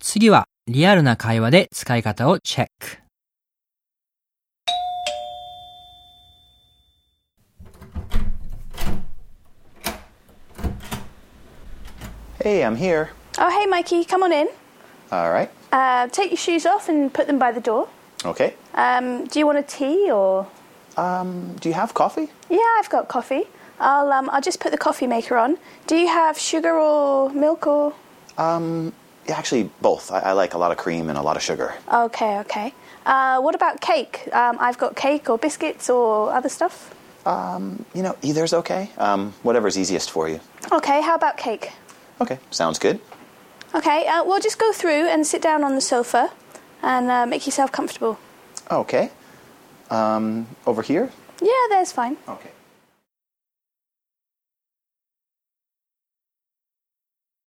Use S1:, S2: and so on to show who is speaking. S1: 次はリアルな会話で使い方をチェック。
S2: Hey, I'm here.
S3: Oh, hey, Mikey, come on in.
S2: All right.
S3: Uh, take your shoes off and put them by the door.
S2: Okay.
S3: Um, do you want a tea or?
S2: Um, do you have coffee?
S3: Yeah, I've got coffee. I'll um, I'll just put the coffee maker on. Do you have sugar or milk or?
S2: Um, yeah, actually, both. I, I like a lot of cream and a lot of sugar.
S3: Okay, okay. Uh, what about cake? Um, I've got cake or biscuits or other stuff.
S2: Um, You know, either's okay. Um, whatever's easiest for you.
S3: Okay, how about cake?
S2: Okay, sounds good.
S3: Okay, uh, well, just go through and sit down on the sofa, and uh, make yourself comfortable.
S2: Okay. Um, over here?
S3: Yeah, there's fine.
S2: Okay.